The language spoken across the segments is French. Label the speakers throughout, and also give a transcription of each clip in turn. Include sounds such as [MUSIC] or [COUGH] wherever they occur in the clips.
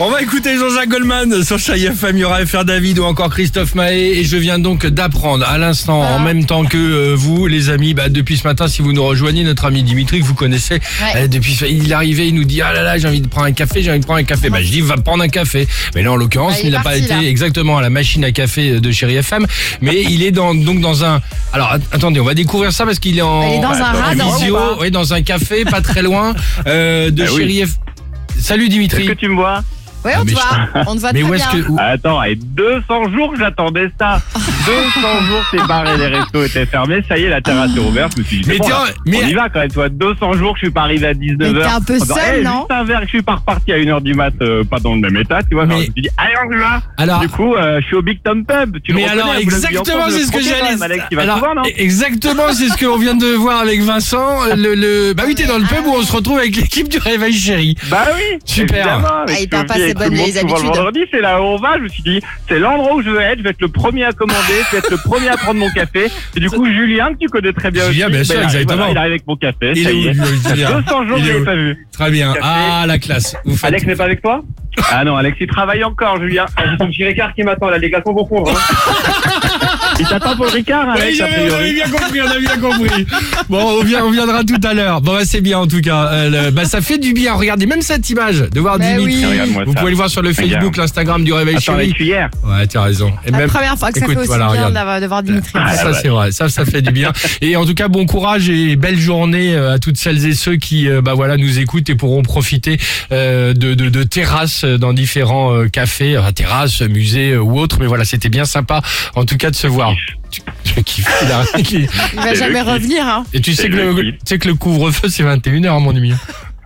Speaker 1: On va écouter Jean-Jacques Goldman sur Chai FM, il y aura FR David ou encore Christophe Mahé. Et je viens donc d'apprendre à l'instant,
Speaker 2: Ah.
Speaker 1: en même temps que euh, vous, les amis, bah, depuis ce matin, si vous nous rejoignez, notre ami Dimitri, que vous connaissez,
Speaker 2: Ouais.
Speaker 1: euh, depuis ce- il est arrivé, il nous dit Ah là là, j'ai envie de prendre un café, j'ai envie de prendre un café. Bah, je dis Va prendre un café. Mais là, en l'occurrence,
Speaker 2: Ah, il
Speaker 1: il
Speaker 2: est
Speaker 1: n'a pas
Speaker 2: parti,
Speaker 1: été
Speaker 2: là.
Speaker 1: exactement à la machine à café euh, de Chéri FM, mais il est dans, donc dans un. Alors att- attendez, on va découvrir ça parce qu'il est en.
Speaker 2: Bah, Il est dans un
Speaker 1: en
Speaker 2: radar,
Speaker 1: visio,
Speaker 2: ou pas
Speaker 1: ouais, dans un café, pas très loin euh, de
Speaker 3: Ah oui.
Speaker 1: Chéri F- Salut Dimitri.
Speaker 3: Est-ce que tu me vois Ah,
Speaker 2: Ouais,
Speaker 1: Ah,
Speaker 2: on te
Speaker 1: mais
Speaker 2: voit. On te voit
Speaker 1: Mais
Speaker 2: très
Speaker 1: où est-ce
Speaker 2: bien.
Speaker 1: que. où-
Speaker 3: Attends, et 200 jours que j'attendais ça 200 jours, c'est barré, les restos étaient fermés, ça y est, la terrasse est ouverte, je me suis dit,
Speaker 1: Mais
Speaker 3: c'est bon,
Speaker 1: tiens,
Speaker 3: là,
Speaker 1: mais-
Speaker 3: on y va quand même, toi, 200 jours que je suis pas arrivé à 19h.
Speaker 2: Mais t'es un peu seul, non
Speaker 3: eh, Juste un verre, que je suis pas reparti à 1h du mat, euh, pas dans le même état, tu vois, genre,
Speaker 1: Mais-
Speaker 3: je me suis dit, allez, on y va
Speaker 1: Alors.
Speaker 3: Du coup, euh, je suis au Big Tom Pub, tu le
Speaker 1: mais
Speaker 3: reconnais,
Speaker 1: alors
Speaker 3: vous l'avez hein, vu
Speaker 1: exactement
Speaker 3: ensemble,
Speaker 1: c'est
Speaker 3: le
Speaker 1: ce que
Speaker 3: premier
Speaker 1: j'allais
Speaker 3: quand même, Alex, tu vas
Speaker 1: alors,
Speaker 3: souvent, non
Speaker 1: exactement c'est ce qu'on vient de voir avec Vincent le, le- bah oui t'es dans le pub où on se retrouve avec l'équipe du réveil chéri
Speaker 3: Bah oui
Speaker 1: Super.
Speaker 3: évidemment, avec
Speaker 2: Ah, il perd pas
Speaker 3: Sophie
Speaker 2: ses
Speaker 3: et tout
Speaker 2: bonnes
Speaker 3: le monde,
Speaker 2: vieilles
Speaker 3: souvent
Speaker 2: habitudes.
Speaker 3: Le vendredi, c'est là où on va. Je me suis dit, c'est l'endroit où je veux être. Je vais être le premier à commander. Je vais être le premier à prendre mon café. Et du coup, Julien, que tu connais très bien
Speaker 1: Julien,
Speaker 3: aussi.
Speaker 1: bien sûr,
Speaker 3: il arrive,
Speaker 1: exactement.
Speaker 3: voilà, il arrive avec mon café.
Speaker 1: Il
Speaker 3: ça
Speaker 1: est
Speaker 3: y
Speaker 1: où,
Speaker 3: est.
Speaker 1: Julien, il est là.
Speaker 3: 200 jours,
Speaker 1: Il
Speaker 3: je
Speaker 1: est
Speaker 3: l'ai
Speaker 1: où
Speaker 3: pas vu.
Speaker 1: très bien
Speaker 3: Café.
Speaker 1: ah la classe vous faites
Speaker 3: Alex n'est pas avec toi Ah non, Alex, il travaille encore, Julien. Ah, J'ai son petit Ricard qui m'attend, là, les gars, faut confondre.
Speaker 1: [LAUGHS]
Speaker 3: hein. il t'attend pour le Ricard,
Speaker 1: Oui,
Speaker 3: Alex, a
Speaker 1: j'avais- on avait
Speaker 3: priori.
Speaker 1: bien compris, on a bien compris. Bon, on, vient- on viendra tout à l'heure. Bon, bah, c'est bien en tout cas. Euh, le- bah, ça fait du bien. Regardez même cette image de voir
Speaker 2: Bah
Speaker 1: Dimitri.
Speaker 2: oui.
Speaker 3: Regarde-moi
Speaker 1: Vous
Speaker 3: ça.
Speaker 1: pouvez le voir sur le
Speaker 3: Regarde.
Speaker 1: Facebook, l'Instagram du Réveil
Speaker 3: Attends, la
Speaker 1: Chéri.
Speaker 3: cuillère.
Speaker 1: Ouais, t'as raison. Et
Speaker 2: La
Speaker 1: même,
Speaker 2: première fois que ça
Speaker 1: Écoute,
Speaker 2: fait aussi
Speaker 1: voilà,
Speaker 2: bien
Speaker 1: regarde.
Speaker 2: d'avoir- de voir Dimitri.
Speaker 3: Ah,
Speaker 1: ça
Speaker 3: ouais.
Speaker 1: c'est vrai, ça ça fait du [LAUGHS] bien. Et en tout cas, bon courage et belle journée euh, à toutes celles et ceux qui euh, bah voilà nous écoutent et pourront profiter euh, de, de, de terrasses euh, dans différents euh, cafés, euh, terrasses, musées euh, ou autres. Mais voilà, c'était bien sympa en tout cas de se voir. Tu- je kiffe, il a-
Speaker 2: Il
Speaker 1: Ah,
Speaker 2: va
Speaker 3: C'est
Speaker 2: jamais
Speaker 3: le kiff.
Speaker 2: revenir. Hein.
Speaker 1: [LAUGHS] et tu sais
Speaker 3: C'est
Speaker 1: que
Speaker 3: le
Speaker 1: le,
Speaker 3: kiff.
Speaker 1: tu sais que le couvre-feu c'est 21h mon ami.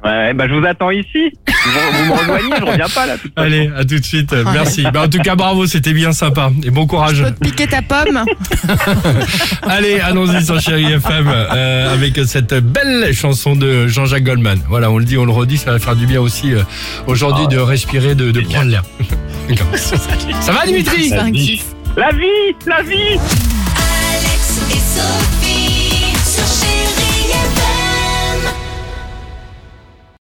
Speaker 3: Ouais, bah, je vous attends ici. Vous, vous me rejoignez, je reviens pas, là, tout de suite.
Speaker 1: Allez, à tout de suite. euh, Merci. Bah, en tout cas, bravo, c'était bien sympa et bon courage.
Speaker 2: Faut te piquer ta pomme.
Speaker 1: Allez, allons-y sur Chéri FM euh, avec cette belle chanson de Jean-Jacques Goldman. Voilà, on le dit, on le redit, ça va faire du bien aussi euh, aujourd'hui de respirer, de, de prendre l'air. [LAUGHS] ça va Dimitri
Speaker 2: C'est un kiff.
Speaker 3: La vie La vie
Speaker 4: Alex et Sophie sur Chérie